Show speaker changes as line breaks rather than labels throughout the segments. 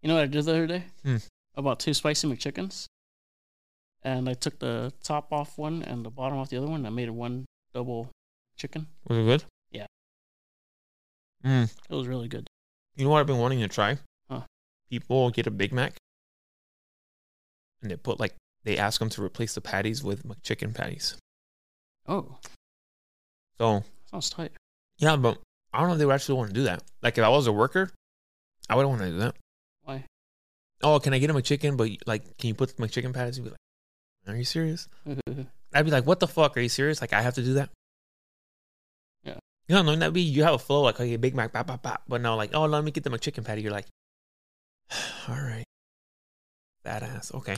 You know what I did the other day?
Hmm.
I bought two spicy McChickens, and I took the top off one and the bottom off the other one. And I made one double chicken.
Was it good?
Yeah.
Mm.
It was really good.
You know what I've been wanting to try?
Huh.
People get a Big Mac, and they put like they ask them to replace the patties with McChicken patties.
Oh,
So
sounds tight.
yeah, but I don't know if they would actually want to do that. Like if I was a worker, I wouldn't want to do that.
Why?
Oh, can I get a McChicken? But like, can you put the McChicken patties? You'd be like, are you serious? I'd be like, what the fuck? Are you serious? Like, I have to do that?
Yeah.
You know, no, that'd be, you have a flow like, okay, Big Mac, bop, bop, bop. But no, like, oh, let me get the McChicken patty. You're like, all right. Badass. Okay.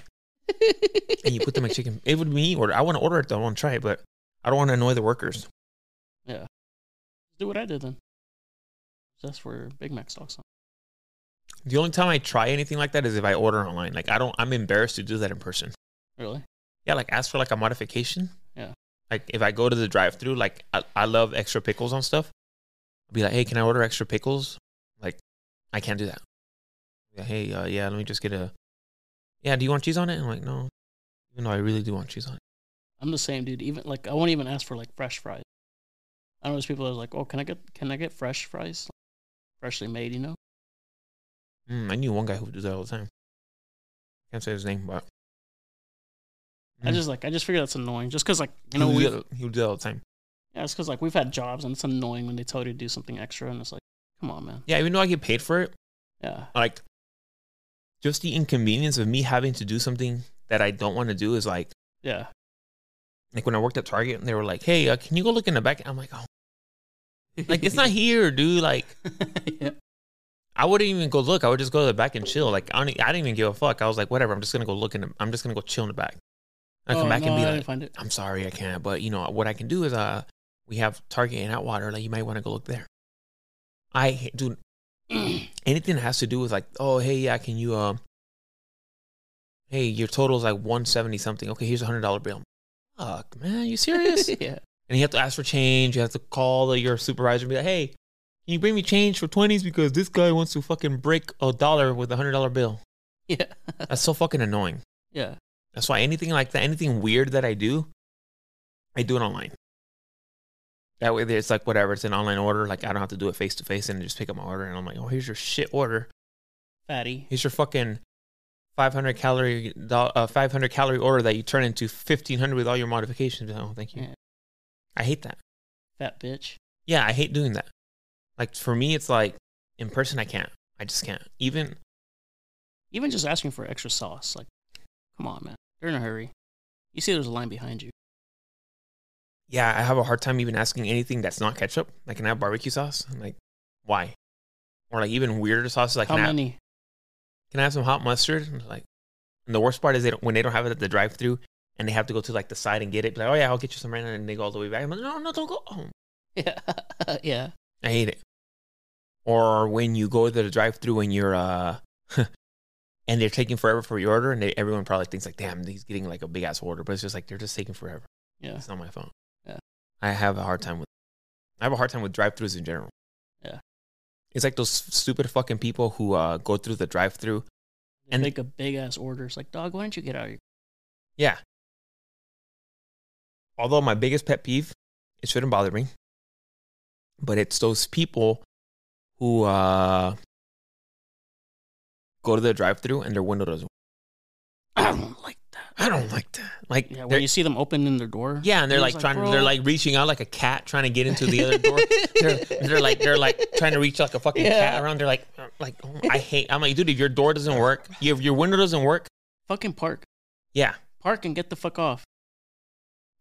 And you put the McChicken, it would be me order. I want to order it though. I want to try it, but I don't want to annoy the workers.
Do what I did then. That's where Big Mac stocks on.
The only time I try anything like that is if I order online. Like, I don't, I'm embarrassed to do that in person.
Really?
Yeah, like ask for like a modification.
Yeah.
Like if I go to the drive through, like I, I love extra pickles on stuff. I'll be like, hey, can I order extra pickles? Like, I can't do that. Yeah, hey, uh, yeah, let me just get a. Yeah, do you want cheese on it? I'm like, no. Even though I really do want cheese on it.
I'm the same dude. Even like I won't even ask for like fresh fries. I know there's people that are like, oh, can I get can I get fresh fries, freshly made? You know?
Mm, I knew one guy who would do that all the time. Can't say his name, but
I
Mm.
just like I just figure that's annoying. Just because like you
you
know
know,
we
he
yeah,
would do that all the time.
it's because like we've had jobs and it's annoying when they tell you to do something extra and it's like, come on, man.
Yeah, even though I get paid for it,
Yeah,
like just the inconvenience of me having to do something that I don't want to do is like.
yeah.
like when I worked at Target and they were like, "Hey, uh, can you go look in the back?" I'm like, "Oh, like it's not here, dude." Like
yeah.
I wouldn't even go look. I would just go to the back and chill. Like I don't, e, I didn't even give a fuck. I was like, "Whatever. I'm just gonna go look in. The, I'm just gonna go chill in the back." I
Oh,
come back
no,
and be
I
like,
didn't find it.
"I'm sorry, I can't." But you know what I can do is, uh, we have Target and Outwater. Like you might want to go look there. I ha- dude, anything that has to do with like, oh hey, yeah, can you um, hey, your total's like 170 something. Okay, here's a hundred dollar bill. Fuck, man, you serious?
yeah.
and you have to ask for change. You have to call the, your supervisor and be like, "Hey, can you bring me change for twenties because this guy wants to fucking break a dollar with a hundred dollar bill."
Yeah.
That's so fucking annoying.
yeah.
That's why anything like that, anything weird that I do, I do it online. That way, it's like whatever. It's an online order. Like I don't have to do it face to face and just pick up my order. And I'm like, "Oh, here's your shit order.
Fatty.
Here's your fucking." 500 calorie do- uh, 500 calorie order that you turn into 1500 with all your modifications. Oh, thank you.
Yeah.
I hate that.
Fat bitch.
Yeah, I hate doing that. Like for me, it's like in person, I can't. I just can't. Even
Even just asking for extra sauce, like, come on, man. They're in a hurry. You see, there's a line behind you.
yeah, I have a hard time even asking anything that's not ketchup. Like, can I have barbecue sauce? I'm like, why? Or like even weirder sauces. Like,
How
can I,
many?
can I have some hot mustard? And like, and the worst part is they don't, when they don't have it at the drive-through and they have to go to like the side and get it. Like, oh yeah, I'll get you some right now, and they go all the way back. I'm like, no, no, don't go. Oh, home.
Yeah. yeah.
I hate it. Or when you go to the drive-through and you're uh and they're taking forever for your order and they, everyone probably thinks like, "Damn, he's getting like a big ass order." But it's just like they're just taking forever.
Yeah.
It's not my phone.
Yeah.
I have a hard time with I have a hard time with drive-throughs in general.
Yeah.
It's like those stupid fucking people who uh go through the drive-through.
and
And-
make a big ass order. It's like, dog, why don't you get out of here?
Yeah. Although my biggest pet peeve, it shouldn't bother me, but it's those people who uh go to the drive-through and their window doesn't.
I don't like that.
I don't like that. Like
Yeah,
yeah,
when you see them opening their door.
yeah and they're like trying. They're like reaching out like a cat trying to get into the other door. They're, they're like they're like trying to reach like a fucking
Yeah.
cat around. They're like like oh, I hate. I'm like dude, if your door doesn't work, if your window doesn't work,
fucking park,
yeah.
park and get the fuck off.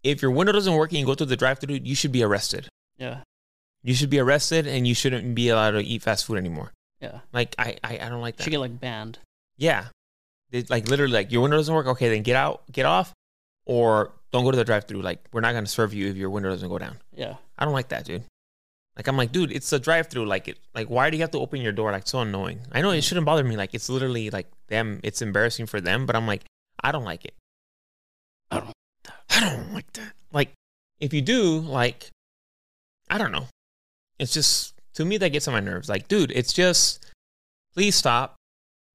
If your window doesn't work and you go through the drive-through, you should be arrested.
Yeah,
You should be arrested and you shouldn't be allowed to eat fast food anymore.
yeah.
Like I, I, I don't like
Should get
that.
like banned.
Yeah. They, like literally like your window doesn't work, okay, then get out, get off, or don't go to the drive through. Like we're not gonna serve you if your window doesn't go down.
Yeah,
I don't like that, dude. Like I'm like, dude, it's a drive through. Like it like why do you have to open your door? Like so annoying. I know it shouldn't bother me. Like it's literally like them, it's embarrassing for them, but I'm like, I don't like it.
I don't like
I don't like that. Like if you do, like I don't know. It's just to me that gets on my nerves. Like, dude, it's just please stop.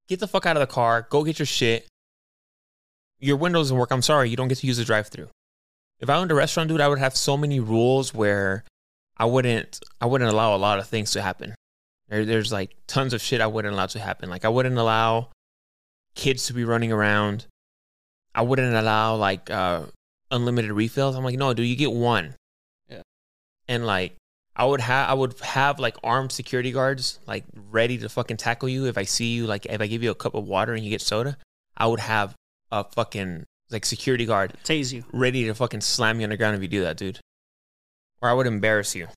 Get the fuck out of the car. Go get your shit. Your window doesn't work. I'm sorry. You don't get to use the drive through. If I owned a restaurant, dude, I would have so many rules where I wouldn't I wouldn't allow a lot of things to happen. There, there's like tons of shit I wouldn't allow to happen. Like I wouldn't allow kids to be running around. I wouldn't allow like uh unlimited refills. I'm like, no, dude, you get one.
Yeah.
And like I would have I would have like armed security guards like ready to fucking tackle you if I see you like if I give you a cup of water and you get soda, I would have a fucking like security guard
Tase you.
ready to fucking slam you on the ground if you do that, dude. Or I would embarrass you.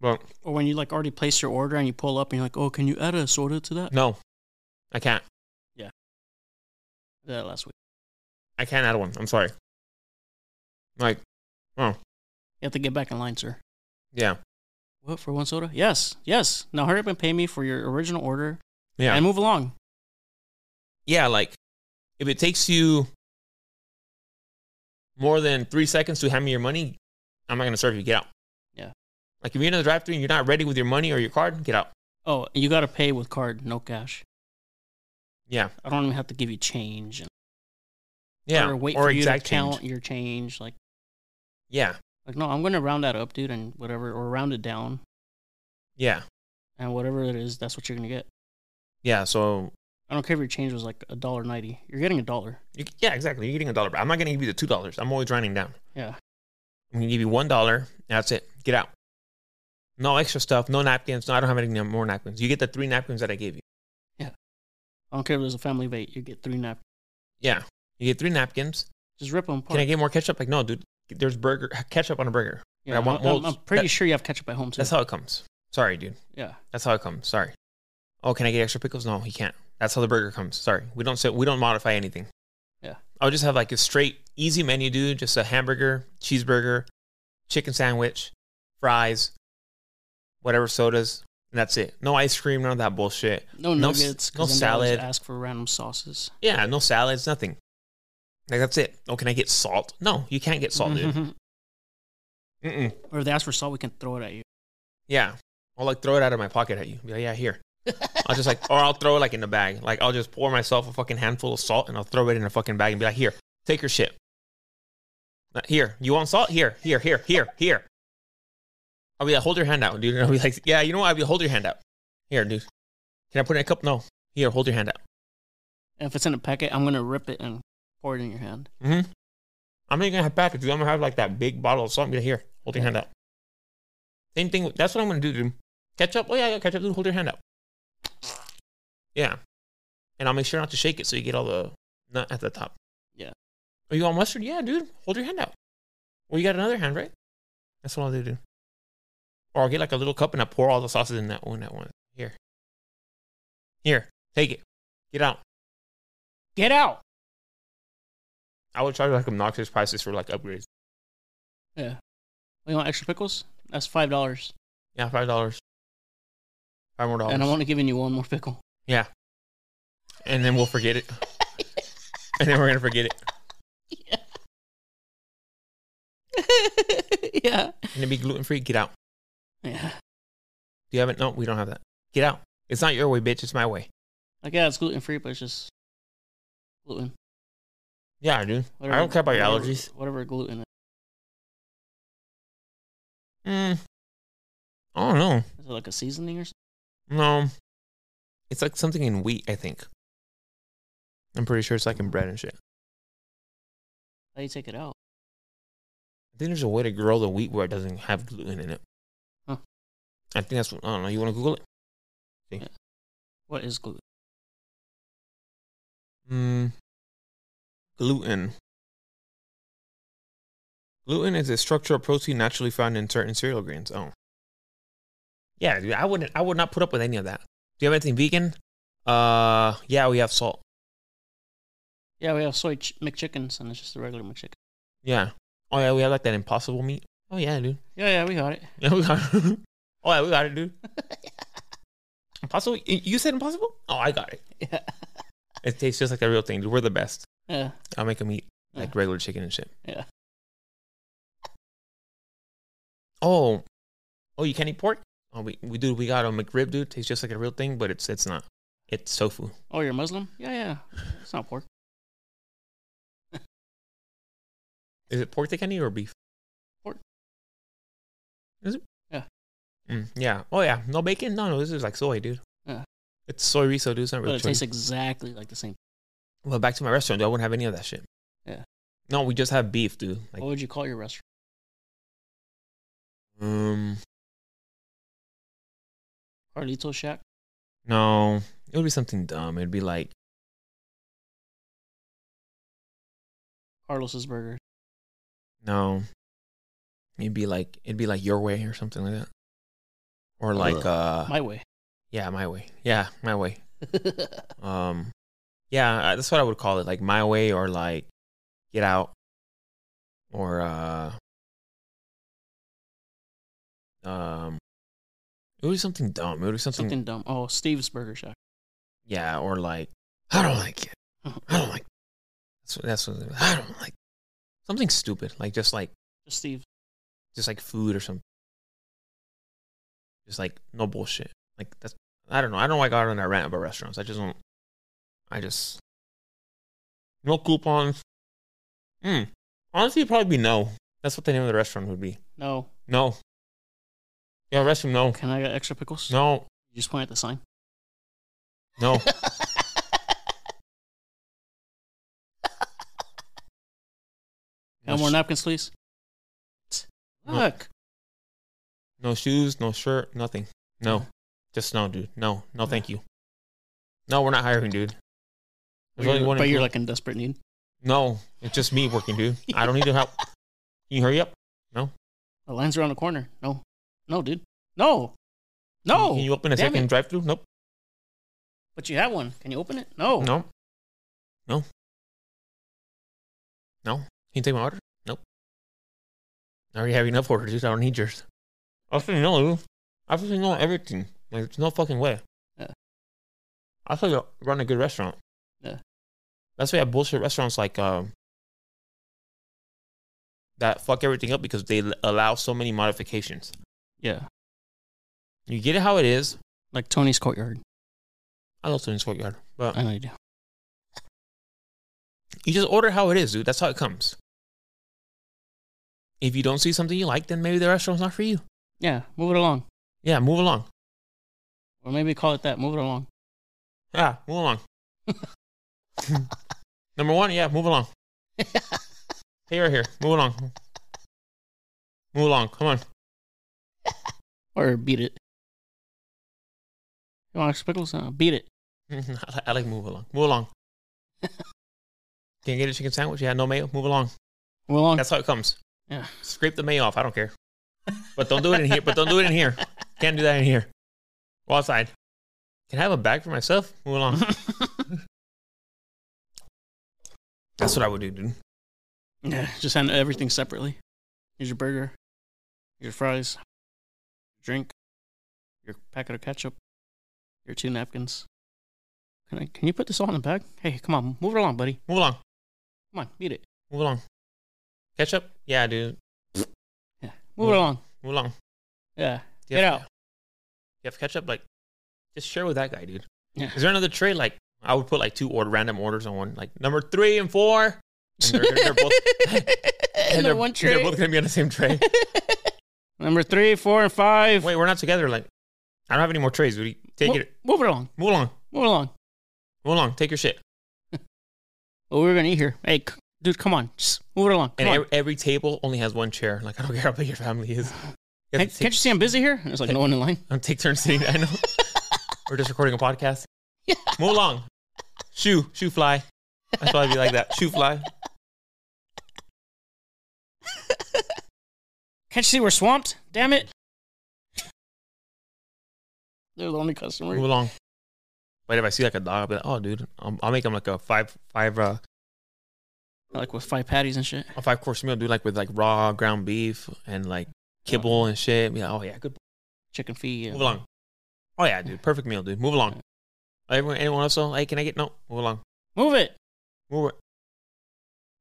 But
Or when you like already place your order and you pull up and you're like, oh, can you add a soda to that?
no, I can't.
That last week.
I can't add one. I'm sorry. Like,
You have to get back in line, sir.
yeah,
What for one soda? Yes, yes. Now hurry up and pay me for your original order
yeah,
and move along.
yeah. Like, if it takes you more than three seconds to hand me your money, I'm not gonna serve you. Get out.
Yeah.
Like if you're in the drive-through and you're not ready with your money or your card, get out.
Oh, and you got to pay with card, no cash.
Yeah,
I don't even have to give you change. And,
yeah.
Or wait for you to
exact change.
count your change. Like,
Yeah,
like no, I'm going to round that up, dude, and whatever, or round it down.
yeah,
And whatever it is, that's what you're going to get.
yeah. So
I don't care if your change was like a dollar ninety. You're getting a dollar.
You, yeah, exactly. You're getting a dollar. back. I'm not going to give you the two dollars. I'm always running down.
Yeah.
I'm going to give you one dollar. That's it. Get out. No extra stuff. No napkins. No, I don't have any more napkins. You get the three napkins that I gave you.
I don't care if there's a family of eight. You get three napkins.
Yeah, you get three napkins.
Just rip them apart.
Can I get more ketchup? Like, no, dude. There's burger ketchup on a burger.
yeah,
I want
I'm,
molds.
I'm pretty
That-
sure you have ketchup at home too.
That's how it comes. Sorry, dude.
yeah.
That's how it comes. Sorry. Oh, can I get extra pickles? No, he can't. That's how the burger comes. Sorry, we don't sit, we don't modify anything.
Yeah.
I'll just have like a straight, easy menu, dude. Just a hamburger, cheeseburger, chicken sandwich, fries, whatever sodas, and that's it. No ice cream, none of that bullshit.
No
No s-
nuggets.
no
'cause then they always
salad.
Ask for random sauces.
Yeah, no salads, nothing. Like that's it. Oh, can I get salt? No, you can't get salt, dude. Mm-mm.
or if they ask for salt, we can throw it at you.
Yeah. I'll like throw it out of my pocket at you. Be like, yeah, here. I'll just like, or I'll throw it like in the bag. Like I'll just pour myself a fucking handful of salt and I'll throw it in a fucking bag and be like, here, take your shit. Like, Here, you want salt? Here, here, here, here, here. I'll be like, hold your hand out, dude. And I'll be like, yeah, you know what? I'll be hold your hand out. Here, dude. Can I put it in a cup? No. Here, hold your hand out.
And if it's in a packet, I'm gonna rip it and pour it in your hand.
Mm-hmm. I'm not gonna have packets, dude. I'm gonna have like that big bottle of salt. Be like, here, hold your hand out. Same thing. with- That's what I'm gonna do, dude. Ketchup. Oh yeah, yeah, ketchup. Dude, hold your hand out. Yeah, and I'll make sure not to shake it so you get all the nut at the top.
Yeah.
Are you on mustard? Yeah, dude. Hold your hand out. Well, you got another hand, right? That's what I'll do, dude. Or I'll get like a little cup and I pour all the sauces in that one at once. Here. Here, take it. Get out.
Get out.
I would charge like obnoxious prices for like upgrades.
Yeah. Oh, you want extra pickles? That's five dollars.
Yeah, five dollars. Five more dollars.
And I'm only giving you one more pickle.
yeah. And then we'll forget it. and then we're gonna forget it.
yeah.
And it be gluten free. Get out.
Yeah.
Do you have it? No, we don't have that. Get out. It's not your way, bitch. It's my way.
Like yeah, it's gluten free, but it's just gluten.
Yeah, dude. I don't care about your allergies.
Whatever gluten. Is.
Mm. I don't know.
is it like a seasoning or something?
No. It's like something in wheat. I think. I'm pretty sure it's like in bread and shit.
How do you take it out?
I think there's a way to grow the wheat where it doesn't have gluten in it.
Huh.
I think that's. What, I don't know. You want to Google it?
What is gluten?
Mm. Gluten. Gluten is a structural protein naturally found in certain cereal grains. Oh. Yeah, dude, I wouldn't I would not put up with any of that. Do you have anything vegan? Uh yeah, we have salt.
Yeah, we have soy ch- McChickens, and it's just a regular McChicken.
Yeah. Oh yeah, we have like that impossible meat. Oh yeah, dude.
Yeah, yeah, we got it.
Yeah, we got it. oh yeah, we got it, dude. impossible you you said impossible? Oh I got it.
Yeah.
It tastes just like the real thing, dude. We're the best.
Yeah.
I'll make them eat like
Yeah.
regular chicken and shit.
Yeah.
Oh, oh, you can't eat pork. Oh, we we do. We got a McRib, dude. Tastes just like a real thing, but it's it's not. It's tofu.
Oh, you're Muslim? Yeah, yeah. It's not pork.
Is it pork they can eat or beef?
Pork.
Is it?
Yeah.
Mm, yeah. Oh yeah. No bacon. No, no. This is like soy, dude.
Yeah.
It's soy riso, dude. It's not
But
real
it tastes
chili.
exactly like the same.
Well, back to my restaurant, dude. I wouldn't have any of that shit.
Yeah. Oh.
No, we just have beef, dude. Like,
What would you call your restaurant?
um,
Carlito Shack?
no, it would be something dumb. It'd be like,
Carlos's Burger?
no, it'd be like, it'd be like your way or something like that, or like, uh,
My way.
yeah, my way. Yeah, my way. Um, yeah, I- that's what I would call it, like my way or like get out or uh um it was something dumb. It was something,
Something dumb. Oh, Steve's Burger Shack.
yeah, or like I don't like it. I don't like that's what that's what I don't like something stupid, like just like
Just Steve.
just like food or something. Just like no bullshit. Like that's I don't know. I don't know why I got on that rant about restaurants. I just don't. I just no coupons. Hmm. Honestly, it'd probably be no. That's what the name of the restaurant would be.
No.
No. Yeah, restroom. No.
Can I get extra pickles?
No.
You just point at the sign.
No.
No more napkins, please.
No.
Look.
No shoes. No shirt. Nothing. No. Just no, dude. No. No, thank you. No, we're not hiring, dude. There's only one
but you're
employee.
like in desperate need.
No, it's just me working, dude. I don't need to help. Can you hurry up?
The line's around the corner. No. No, dude. No. No.
Can you open a
Damn
second
it.
drive through? Nope.
But you have one. Can you open it? No.
No. No. No. Can you take my order? Nope. I already have enough orders, dude. I don't need yours. I said no, dude. I said no everything. Like, there's no fucking way.
Yeah.
I said you run a good restaurant.
Yeah.
That's why I bullshit restaurants like um that fuck everything up because they l- allow so many modifications.
Yeah.
You get it how it is.
Like Tony's courtyard.
I love Tony's Courtyard, but
I know you do.
You just order how it is, dude. That's how it comes. If you don't see something you like, then maybe the restaurant's not for you.
Yeah. Move it along.
Yeah, move along.
Or maybe call it that. Move it along.
Yeah, move along. Number one, yeah, move along. hey, right here. Move along. Move along. Come on.
Or beat it. You want extra pickles? Uh, beat it.
I li- I like move along. Move along. Can you get a chicken sandwich? Yeah, no mayo. Move along.
Move along.
That's how it comes.
Yeah.
Scrape the mayo off. I don't care. But don't do it in here. But don't do it in here. Can't do that in here. Go outside. Can I have a bag for myself? Move along. That's what I would do, dude.
yeah. Just hand everything separately. Here's your burger. Your fries. Drink. Your packet of ketchup. Your two napkins. Can I? Can you put this all in the bag? Hey, come on, move it along, buddy.
Move along.
Come on, beat it.
Move along. Ketchup? Yeah, dude.
Move
Move-
it along.
Move along.
Yeah.
Do
Get
have-
out.
Do you have ketchup? Like, just share with that guy, dude.
Yeah.
Is there another tray? Like, I would put like two order, random orders on one, like number three and four. And they're, they're both, and
Number
they're,
one
they're
tray.
both gonna be on the same tray.
Number three, four, and five.
Wait, we're not together. Like, I don't have any more trays, dude. Take
Mo-
it.
Move it along.
Move along.
Move it along.
Move along. Take your shit.
Oh, we're gonna eat here. Hey, c- dude, come on. Just move it along. Come
and
on.
every, every table only has one chair. Like, I don't care how big your family is. You
Can't,
have to
can't you see I'm busy here? And it's like no one in line.
Don't take turns sitting. I know. We're just recording a podcast. Move along. Shoe, shoe fly. That's why I'd be like that. Shoe fly.
Can't you see we're swamped? Damn it. They're the only
Move
customer.
along. But if I see like a dog, I'll be like, oh, dude, I'll, I'll make him like a five, five, uh,
Like with five patties and shit.
a five course meal, dude, like with like raw ground beef and like kibble and shit. Be like, oh yeah, good.
Chicken feet.
Move along. Oh yeah, dude, perfect meal, dude. Move along. Everyone, anyone else? though? Hey, can I get no? Move along.
Move it.
Move. it.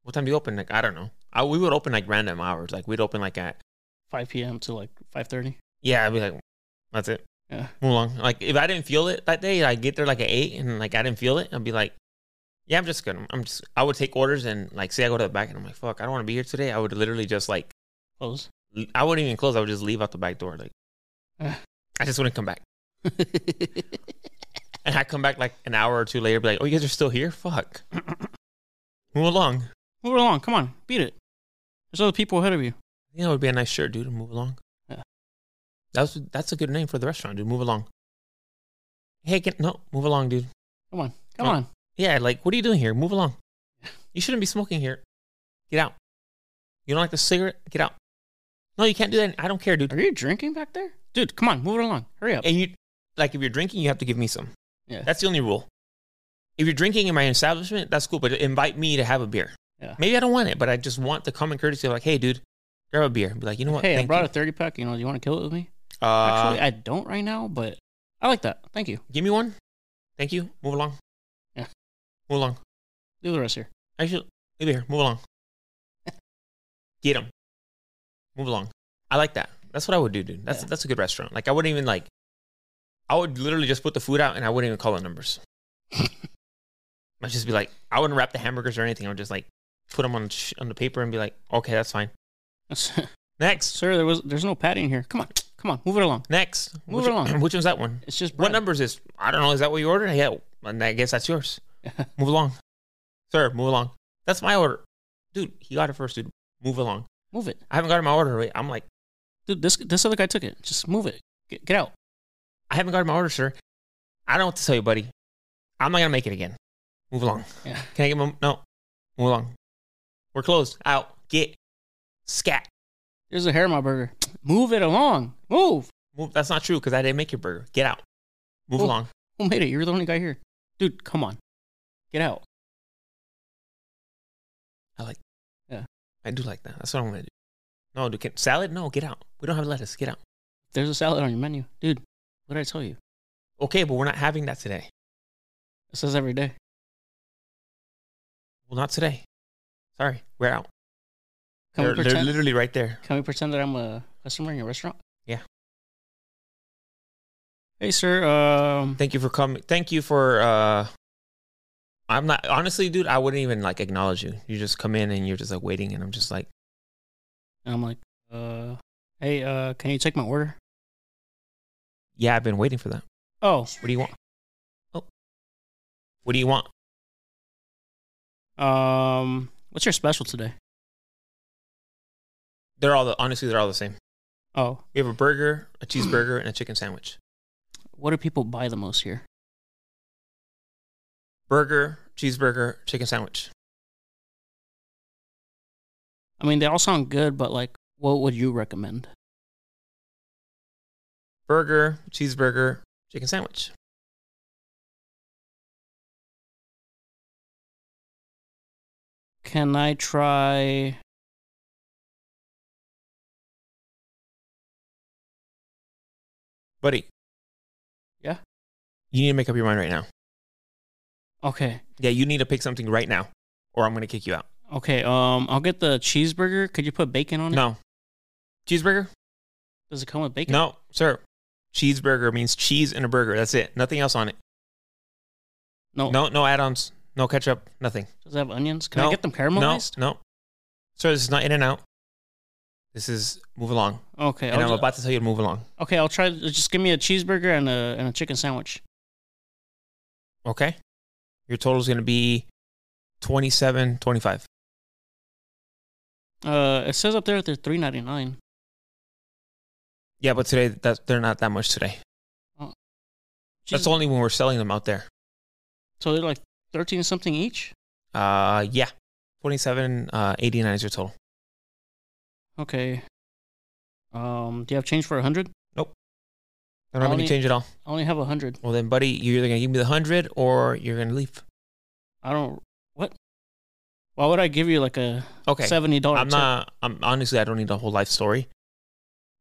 What time do you open? Like, I don't know. I, we would open like random hours. Like we'd open like at
5 p.m. to like 5:30.
Yeah, I'd be like, that's it.
Yeah.
Mulan. Like if I didn't feel it that day, I get there like at eight and like I didn't feel it, I'd be like, yeah, I'm just gonna, I'm just, I would take orders and like say I go to the back and I'm like, fuck, I don't want to be here today. I would literally just like,
Close.
l- I wouldn't even close. I would just leave out the back door. Like,
Ah.
I just wouldn't come back. And I come back like an hour or two later, be like, oh, you guys are still here? Fuck. Move along.
Move along. Come on. Beat it. There's other people ahead of you.
You know, it would be a nice shirt, dude. Move along.
Yeah.
That's that's a good name for the restaurant, dude. Move along. Hey, get, no, move along, dude.
Come on. Come
Oh.
on.
Yeah, like what are you doing here? Move along. You shouldn't be smoking here. Get out. You don't like the cigarette? Get out. No, you can't do that. I don't care, dude.
Are you drinking back there? Dude, come on. Move it along. Hurry up.
And you, like, if you're drinking, you have to give me some.
Yeah.
That's the only rule. If you're drinking in my establishment, that's cool, but invite me to have a beer.
Yeah.
Maybe I don't want it, but I just want the common courtesy of like, hey, dude, grab a beer. Be like, you know what?
hey, I
Thank
brought
you.
a 30 pack. You know, do you want to kill it with me?
Uh,
Actually, I don't right now, but I like that. Thank you.
give me one. Thank you. Move along.
Yeah.
Move along.
Do the rest here.
Actually, leave it here. Move along. Get him. Move along. I like that. That's what I would do, dude. That's
Yeah.
that's a good restaurant. Like I wouldn't even like. I would literally just put the food out and I wouldn't even call the numbers. I'd just be like, I wouldn't wrap the hamburgers or anything. I would just like put them on sh- on the paper and be like, okay, that's fine. Next,
Sir, there was there's no patty in here. Come on. Come on. Move it along.
next.
Move
which,
along.
Which one's that one?
It's just
What
bread.
number is this? I don't know. Is that what you ordered? Yeah, and I guess that's yours. Move along, sir. Move along. That's my order, dude. He got it first, dude. Move along.
move it.
I haven't gotten my order. Wait, I'm like,
Dude, this this other guy took it. Just move it. Get, get out.
I haven't gotten my order, sir. I don't know what to tell you, buddy. I'm not gonna make it again. Move along.
Yeah.
Can I get my no? Move along. We're closed. Out. Get. Scat.
There's a hair in my burger. Move it along. Move.
Move. That's not true because I didn't make your burger. Get out. Move
Oh.
along.
Who made it? You're the only guy here. Dude, come on. Get out.
I do like that. That's what I'm gonna do. No, dude. Can, salad? No. Get out. We don't have lettuce. Get out.
There's a salad on your menu. Dude, what did I tell you?
Okay, but we're not having that today.
It says every day.
Well, not today. Sorry, we're out.
Can
They're,
we
they're
pretend
literally right there.
Can we pretend that I'm a customer in your restaurant?
Yeah.
Hey sir, um
Thank you for coming. Thank you for. uh I'm not honestly, dude. I wouldn't even like acknowledge you. You just come in and you're just like waiting, and I'm just like,
and I'm like, uh hey, uh can you take my order?
yeah, I've been waiting for that.
Oh,
What do you want? Oh, what do you want?
um what's your special today?
They're all the honestly, they're all the same.
Oh,
We have a burger, a cheeseburger, and a chicken sandwich.
what do people buy the most here?
Burger, cheeseburger, chicken sandwich.
I mean, they all sound good, but like what would you recommend?
Burger, cheeseburger, chicken sandwich.
Can I try
Buddy.
Yeah?
You need to make up your mind right now.
Okay.
Yeah, you need to pick something right now, or I'm gonna kick you out.
Okay, um I'll get the cheeseburger. Could you put bacon on it?
No. Cheeseburger?
Does it come with bacon?
No, sir. Cheeseburger means cheese and a burger. That's it. Nothing else on it.
No.
No, no add-ons. No ketchup. Nothing.
Does it have onions? Can I
No.
get them caramelized?
No, no. Sir, this is not in and out. This is move along.
Okay.
and
I'll
I'm
ju-
about to tell you to move along.
Okay, I'll try. Just give me a cheeseburger and a and a chicken sandwich.
Okay? Your total is going to be 27 25
Uh, it says up there that they're three ninety nine.
Yeah, but today that, they're not that much today. That's only when we're selling them out there.
So they're like thirteen something each.
Uh, yeah. 27 uh, 89 is your total.
Okay. Um, do you have change for a hundred?
I don't have any
Only-
change at all.
I only have a hundred.
Well, then, buddy, you're either going to give me the 100 or you're going to leave.
I don't. What? Why would I give you like a
Okay.
seventy dollar?
I'm not. I'm honestly. I don't need a whole life story.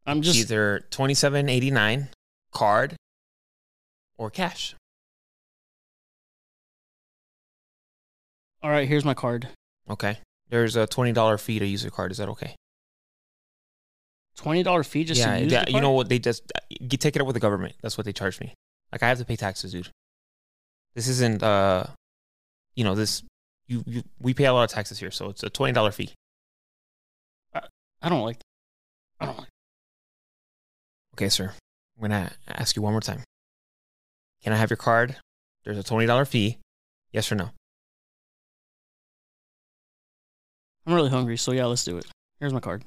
I'm just.
Either twenty seven eighty nine card or cash.
All right. Here's my card.
Okay. There's a twenty dollar fee to use your card. Is that okay?
Twenty dollar fee just
yeah,
to use
yeah,
the
you
card?
know what? They just you take it up with the government. That's what they charge me. Like I have to pay taxes, dude. This isn't uh, you know this. You, you we pay a lot of taxes here, so it's a twenty dollar fee.
I don't like. I don't like.
Okay, sir. I'm gonna ask you one more time. Can I have your card? There's a twenty dollar fee. Yes or no?
I'm really hungry, so yeah, let's do it. Here's my card.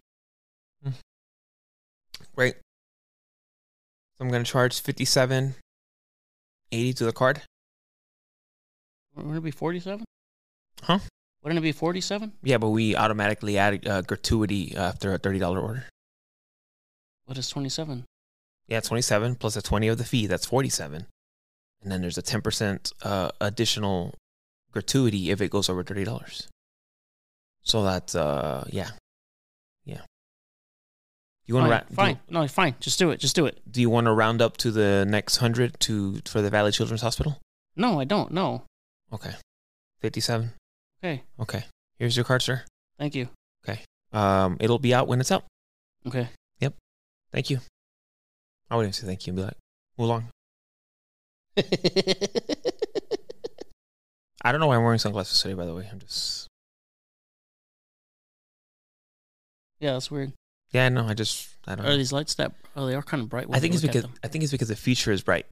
Right. So I'm gonna charge fifty seven eighty to the card.
Wouldn't it be forty-seven?
Huh?
Wouldn't it be forty-seven?
Yeah, but we automatically add uh, gratuity after a thirty dollar order.
What is twenty-seven?
Yeah, 27 plus a 20 of the fee, that's 47. And then there's a 10% uh, additional gratuity if it goes over $30. So that's, uh, yeah. Yeah. You want
Fine.
to ra-
fine.
Do,
No, fine. Just do it. Just do it.
do you want to round up to the next 100 to for the Valley Children's Hospital?
No, I don't. No.
Okay. 57.
Okay.
Okay. Here's your card, sir.
Thank you.
Um, it'll be out when it's out.
Okay.
Thank you. I wouldn't say thank you and be like, move along. I don't know why I'm wearing sunglasses today, by the way. I'm just
yeah, that's weird.
Yeah, no, I just I don't.
Are
Know.
these lights that? Oh, they are kind of bright. when
I
you
think it's
look at
because I think it's because the future is bright.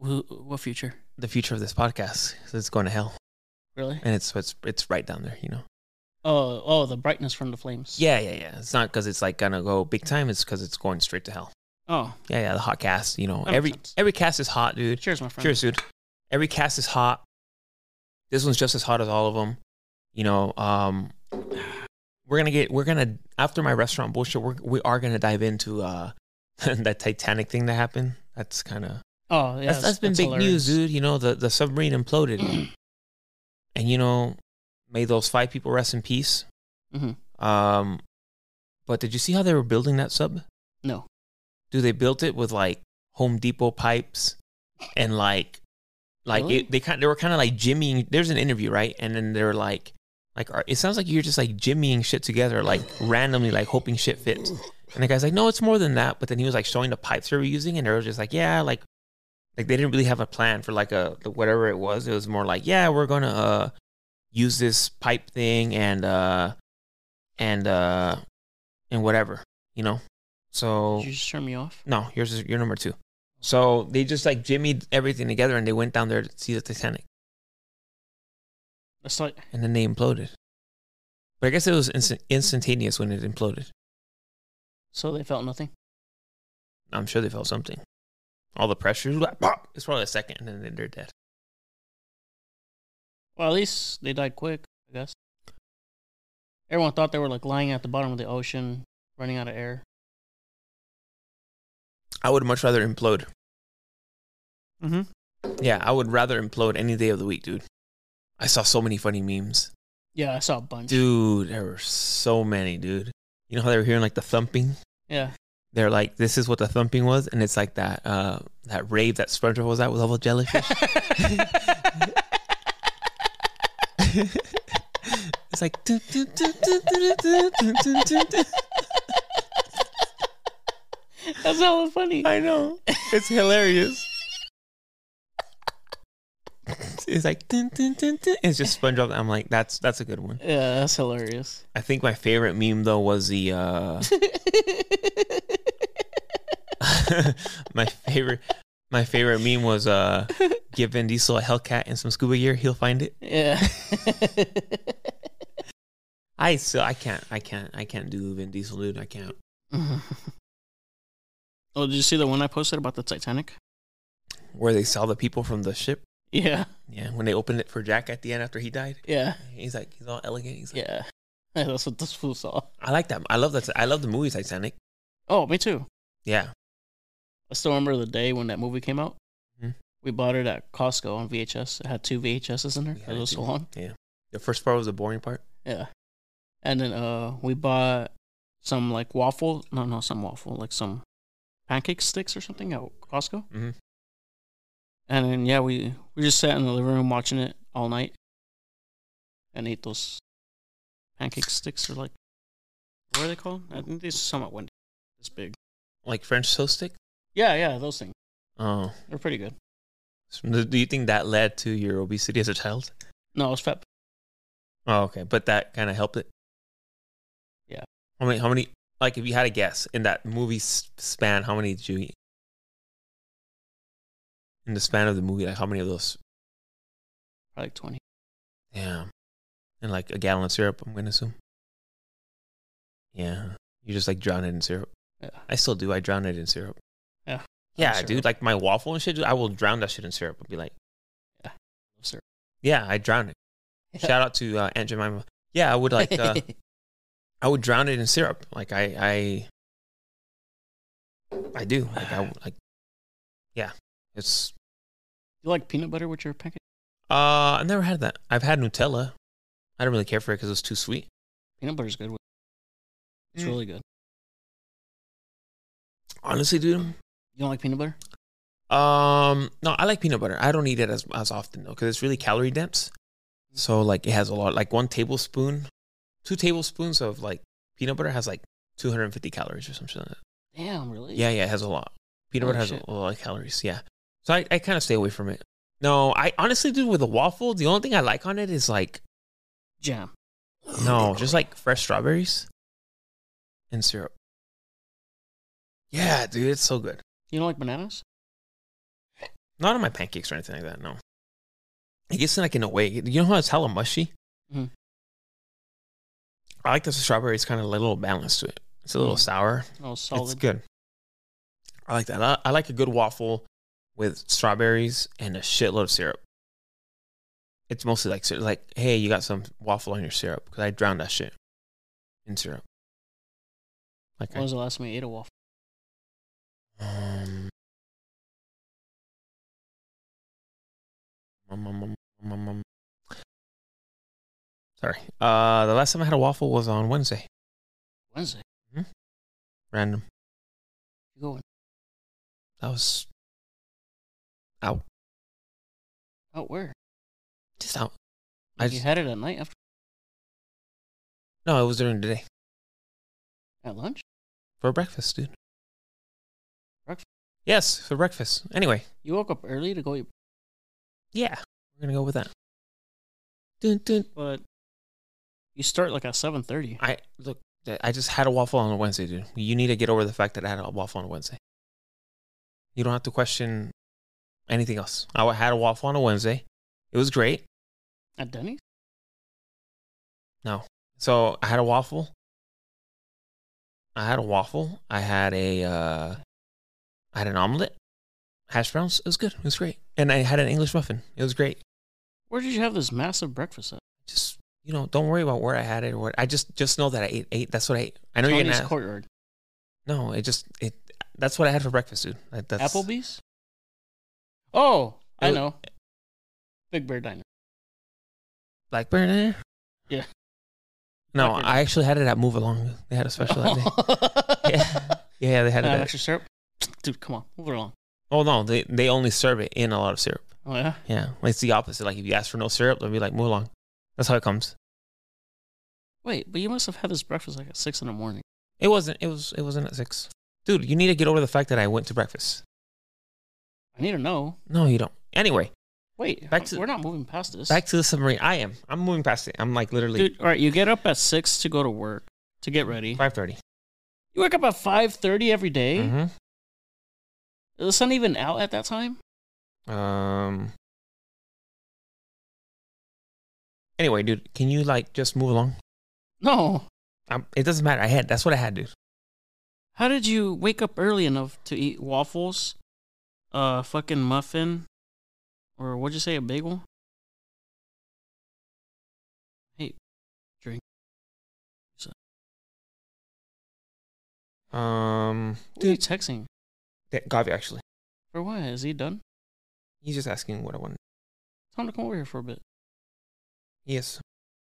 them. Who, what future?
The future of this podcast so it's going to hell,
Really?
and it's it's it's right down there, you know.
Oh, oh, the brightness from the flames.
Yeah, yeah, yeah. It's not because it's like gonna go big time. It's because it's going straight to hell.
Oh,
Yeah, yeah. The hot cast, you know.
makes
every
sense.
every cast is hot, dude.
cheers, my friend.
Cheers, dude. Every cast is hot. This one's just as hot as all of them. You know, um, we're gonna get we're gonna after my restaurant bullshit, we're we are gonna dive into uh that Titanic thing that happened. That's kind of
Oh, yeah.
that's, that's been big news, dude. You know, the, the submarine imploded.
dude.
and, you know, may those five people rest in peace.
Mhm.
Um, but did you see how they were building that sub?
no.
Dude, they built it with like Home Depot pipes and like, like
Really?
it, they kind they were kind of like jimmying. There's an interview, right? And then they were like, like are- it sounds like you're just like jimmying shit together, like randomly, like hoping shit fits. And the guy's like, no, it's more than that. But then he was like showing the pipes they were using, and they were just like, yeah, like, like they didn't really have a plan for like a the- whatever it was. It was more like, yeah, we're gonna uh use this pipe thing and uh and uh and whatever, you know. So
Did you just turn me off?
no, yours is your number two. So they just like jimmied everything together, and they went down there to see the Titanic,
That's like
and then they imploded. But I guess it was instant- instantaneous when it imploded.
so they felt nothing.
I'm sure they felt something. All the pressure, like, pop, it's probably a second, and then they're dead.
Well, at least they died quick, I guess. Everyone thought they were like lying at the bottom of the ocean, running out of air.
I would much rather implode.
Mm-hmm.
Yeah, I would rather implode any day of the week, dude. I saw so many funny memes,
Yeah, I saw a bunch.
dude. There were so many, dude. You know how they were hearing like the thumping?
Yeah.
They're like, "This is what the thumping was," and it's like that uh that rave that SpongeBob was at with all the jellyfish. it's like "Dun, dun, dun, dun, dun, dun, dun, dun, dun, dun."
That's hella funny.
I know it's hilarious. It's like dun, dun, dun, dun. it's just SpongeBob. I'm like, that's that's a good one.
Yeah, that's hilarious.
I think my favorite meme though was the uh my favorite my favorite meme was uh give Vin Diesel a Hellcat and some scuba gear, he'll find it.
yeah.
I still I can't I can't I can't do Vin Diesel dude. I can't.
oh, did you see the one I posted about the Titanic?
Where they saw the people from the ship.
Yeah.
Yeah, when they opened it for Jack at the end after he died.
Yeah.
He's like he's all elegant. He's like,
Yeah. That's what this fool saw.
I like that. I love that. I love the movie Titanic.
Oh, me too.
Yeah.
I still remember the day when that movie came out.
Mhm.
We bought it at Costco on VHS. It had two VHSs in there.
We had
It
it
was so
too.
long.
The first part was the boring part.
Yeah. And then uh we bought some like waffle no no some waffle, like some pancake sticks or something at Costco.
Mhm.
And then yeah, we we just sat in the living room watching it all night and ate those pancake sticks or like What are they called? I think these are somewhat windy. This big.
Like French toast stick?
Yeah, yeah, those things.
Oh.
They're pretty good.
So Do you think that led to your obesity as a child?
No, it's fat.
Oh, okay. But that kind of helped it.
Yeah.
How many? How many? Like, if you had a guess in that movie s- span, how many did you eat? In the span of the movie, like how many of those?
Probably like twenty.
Damn. And like a gallon of syrup, I'm gonna assume. Yeah. You just like drown it in syrup.
Yeah.
I still do. I drown it in syrup.
Yeah.
Yeah,
Syrup.
dude. Like my waffle and shit, dude, I will drown that shit in syrup. I'll be like,
Syrup.
yeah, I drown it. Shout out to uh, Aunt Jemima. Yeah, I would like. Uh, I would drown it in syrup. Like I, I, I do. Like I like. Yeah, it's.
you like peanut butter with your pancake?
Uh, I've never had that. I've had Nutella. I don't really care for it because it's too sweet.
Peanut butter's good. with- It's
Mm.
really good.
Honestly, dude.
You don't like peanut butter?
Um, no, I like peanut butter. I don't eat it as as often though because it's really calorie dense. So like it has a lot. Like one tablespoon, two tablespoons of like peanut butter has like 250 calories or something. Like that.
Damn, really?
Yeah, yeah, it has a lot. Peanut
Holy
butter has
shit.
a lot of calories. Yeah, so I, I kind of stay away from it. No, I honestly, dude, with a waffle, the only thing I like on it is like
Jam.
no, just like fresh strawberries and syrup. Yeah, dude, it's so good.
You don't like bananas?
Not on my pancakes or anything like that. No, it gets in like in a way. You know how it's hella mushy.
Mhm.
I like that the strawberry is kind of a little balanced to it. It's a little
Mhm.
sour.
No,
It's
solid.
good. I like that. I, I like a good waffle with strawberries and a shitload of syrup. It's mostly like syrup. Like, hey, you got some waffle on your syrup because I drowned that shit in syrup. Like,
When was the last time you ate a waffle?
I, um, um, um, um, um, um, um. sorry. Uh, the last time I had a waffle was on Wednesday.
Wednesday.
Random.
You going?
That was
Oh, where?
just out. I
Like you
just,
had it at night after
no, it was during the day.
at lunch.
For breakfast, dude.
Breakfast?
Yes, for breakfast. Anyway,
You woke up early to go eat,
yeah, we're gonna go with that. Dun, dun.
but you start like at seven thirty.
I look. I just had a waffle on a Wednesday, dude. You need to get over the fact that I had a waffle on a Wednesday. You don't have to question anything else. I had a waffle on a Wednesday. It was great.
At Denny's?
So I had a waffle. I had a waffle. I had a uh I had an omelet. Hash browns. It was good. It was great. And I had an English muffin. It was great.
Where did you have this massive breakfast at?
Just you know, don't worry about where I had it or what I just just know that I ate ate that's what I ate. I know you're
Tony's
gonna
courtyard.
No, it just it that's what I had for breakfast, dude. Like, that's
Applebee's? Oh, I
It-
know. Big Bear Diner.
Blackberry there?
Yeah.
No,
Blackberry.
I actually had it at Move Along. They had a special that
Oh.
day. Yeah. Yeah, they had it
Uh,
at,
extra syrup? Dude, come on. Move it along.
Oh no, they they only serve it in a lot of syrup.
Oh, yeah?
Yeah, like, it's the opposite. Like if you ask for no syrup, they'll be like Mulan. That's how it comes.
Wait, but you must have had this breakfast like at six in the morning.
It wasn't. It was. It wasn't at six. Dude, you need to get over the fact that I went to breakfast.
I need to know.
No, you don't. Anyway,
Wait,
Back to-
we're not moving past this.
back to the submarine. I am. I'm moving past it. I'm like literally
Dude, all right, you get up at six to go to work to get ready.
five thirty.
You wake up at five thirty every day?
Mm-hmm.
Is the sun even out at that time?
Um. Anyway, dude, can you like just move along?
No.
i it doesn't matter. I had. That's what I had, dude.
How did you wake up early enough to eat waffles, uh, fucking muffin, or what'd you say, a bagel? Hey, drink.
Um.
What are you
Dude,
texting?
yeah, Gavi actually.
For what? Is he done?
He's just asking what I want.
Tell him to come over here for a bit.
Yes.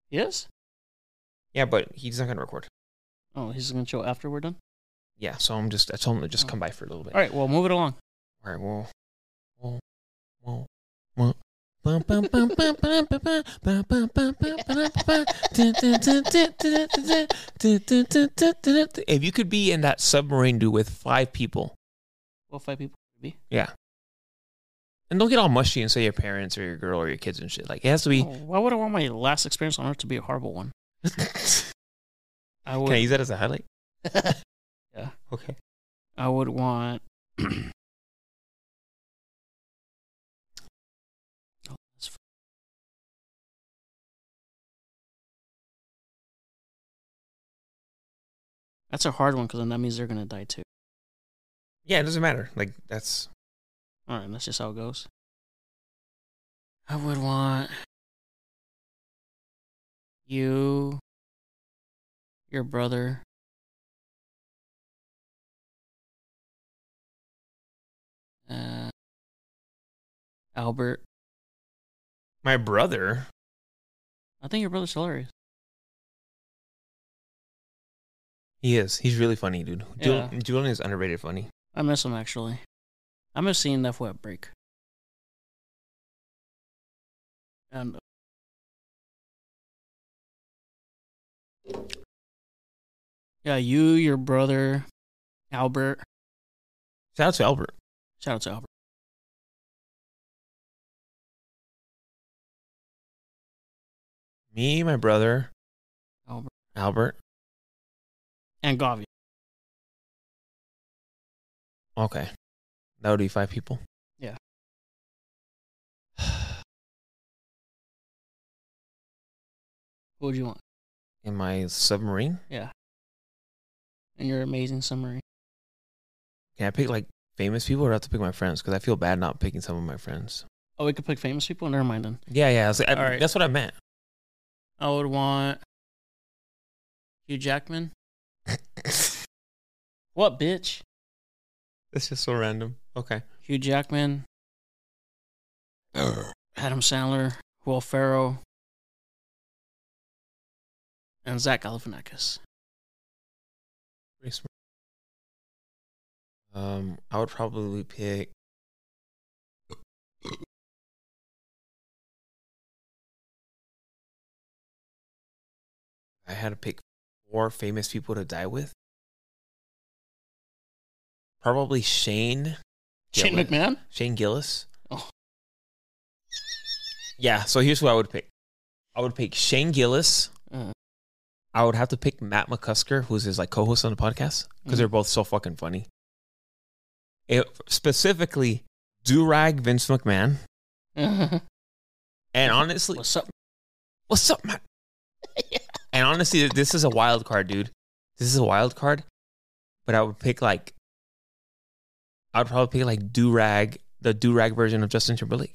Yes?
Yeah, but he's not gonna record.
Oh, he's gonna chill after we're done?
Yeah, so I'm just. I told him to just
Oh.
come by for a little bit.
All right, well, move it along.
All right, well, well, well, well. Bum, bum, if you could be in that submarine, dude, with five people,
Well, five people would be.
and don't get all mushy and say your parents or your girl or your kids and shit. Like it has to
Oh,
be.
why would I want my last experience on Earth to be a horrible one?
Can
I would.
I use that as a highlight?
Yeah.
Okay.
I would want. oh, that's f- That's a hard one because then that means they're gonna die too.
Yeah, it doesn't matter. Like that's
All right, that's just how it goes. I would want you, your brother, uh, Albert.
my brother.
I think your brother's hilarious.
He is. He's really funny, dude. Jul- Julian is underrated funny.
I miss him actually. I miss seeing that web break. And yeah, you, your brother, Albert.
Shout out to Albert.
Shout out to Albert.
Me, my brother,
Albert.
Albert.
and Gavi.
Okay, that would be five people.
Yeah. Who would you want
In my submarine,
in your amazing summary?
can I pick like famous people, or do I have to pick my friends? Because I feel bad not picking some of my friends.
Oh, we could pick famous people. Never mind then.
Yeah, yeah. I was like, I,
All right.
That's what I meant.
I would want Hugh Jackman.
that's
What bitch?
just so random. Okay.
Hugh Jackman, Adam Sandler, Will Ferrell, and Zach Galifianakis.
Pretty smart. Um, I would probably pick. I had to pick four famous people to die with. Probably Shane.
Shane
Gillis-
McMahon.
Shane Gillis.
Oh.
Yeah, so here's who I would pick. I would pick Shane Gillis.
Uh.
I would have to pick Matt McCusker, who's his like co-host on the podcast, because
Mhm.
they're both so fucking funny. It, specifically, Durag Vince McMahon,
Uh.
and honestly,
What's up?
what's up, Matt? And honestly, this is a wild card, dude. This is a wild card, but I would pick like, I would probably pick like Durag, the Durag version of Justin Timberlake.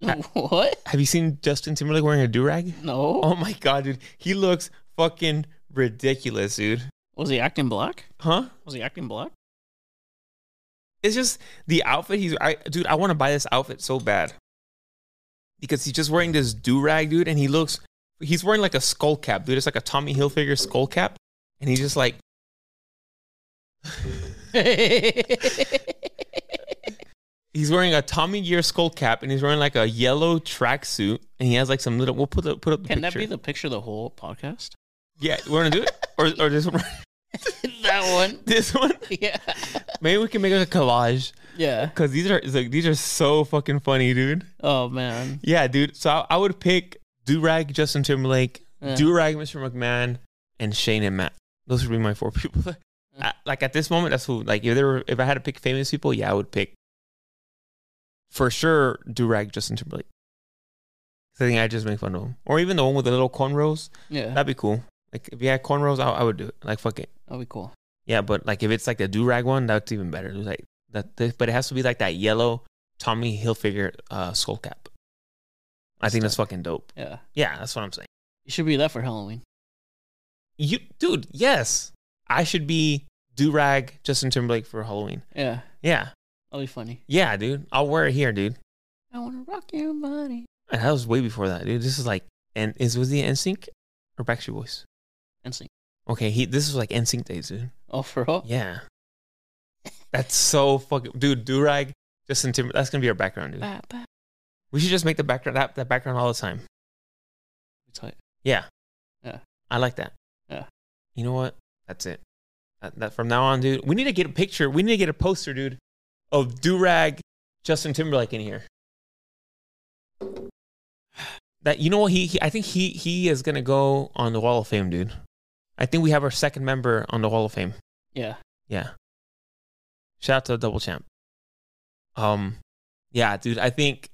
what?
Have you seen Justin Timberlake wearing a do rag?
No.
Oh my god, dude, he looks fucking ridiculous, dude.
Was he acting black?
Huh?
Was he acting black?
It's just the outfit he's. I, dude, I want to buy this outfit so bad because he's just wearing this do rag, dude, and he looks. He's wearing like a skull cap, dude. It's like a Tommy Hilfiger skull cap, and he's just like, he's wearing a Tommy Gear skull cap, and he's wearing like a yellow tracksuit, and he has like some little. We'll put the, put up the
Can that
picture.
be the picture of the whole podcast?
yeah, we're gonna do it, or or this one,
that one.
this one.
Yeah.
Maybe we can make like a collage
Yeah.
because these are it's like these are so fucking funny, dude.
Oh man.
Yeah, dude. So I, I would pick Durag, Justin Timberlake,
Yeah.
Durag, Mr. McMahon, and Shane and Matt. Those would be my four people. I, like at this moment, that's who. Like if there were, if I had to pick famous people, yeah, I would pick for sure Durag, Justin Timberlake. 'Cause I think I just make fun of him, or even the one with the little cornrows.
Yeah.
That'd be cool. Like if you had cornrows, I, I would do it. Like fuck it.
That'd be cool.
Yeah, but like if it's like the do rag one, that's even better. Like that, th- but it has to be like that yellow Tommy Hilfiger uh, skull cap. I think that's fucking dope.
Yeah.
Yeah, that's what I'm saying.
You should be that for Halloween.
You, dude, yes, I should be do rag Justin Timberlake for Halloween.
Yeah.
Yeah,
That'll be funny.
yeah, dude, I'll wear it here, dude.
I wanna rock your body.
And that was way before that, dude. This is like, and is was the NSYNC or Backstreet Boys?
And sing.
Okay, he this is like NSYNC days, dude.
Oh for all?
Yeah, that's so fucking dude. Do rag Justin Timber. That's gonna be our background, dude.
Ba, ba,
We should just make the background that, that background all the time.
It's like,
Yeah.
Yeah.
I like that.
Yeah.
You know what? That's it. That, that from now on, dude. We need to get a picture. We need to get a poster, dude, of Durag Justin Timberlake in here. That you know what he, he I think he he is gonna go on the Wall of Fame, dude. I think we have our second member on the Wall of Fame.
yeah.
Yeah. Shout out to Double Champ. Um, yeah, dude, I think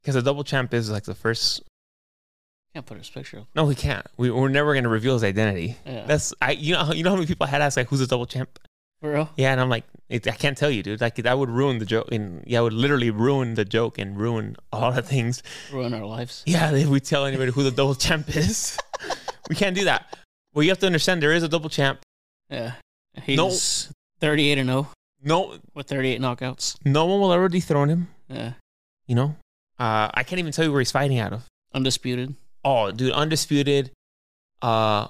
because the Double Champ is like the first.
Can't put his picture up.
No, he can't. We, we're never gonna reveal his identity.
Yeah.
That's I. You know, you know how many people I had asked like, "Who's the Double Champ?"
For real?
Yeah, and I'm like, it, I can't tell you, dude. Like that would ruin the joke, and yeah, it would literally ruin the joke and ruin all the things.
Ruin our lives.
Yeah, if we tell anybody who the double champ is, we can't do that. Well, you have to understand there is a double champ.
Yeah. He's 38 and 0
No,
with 38 knockouts.
no one will ever dethrone him.
Yeah.
you know uh i can't even tell you where he's fighting out of
Undisputed.
oh dude undisputed uh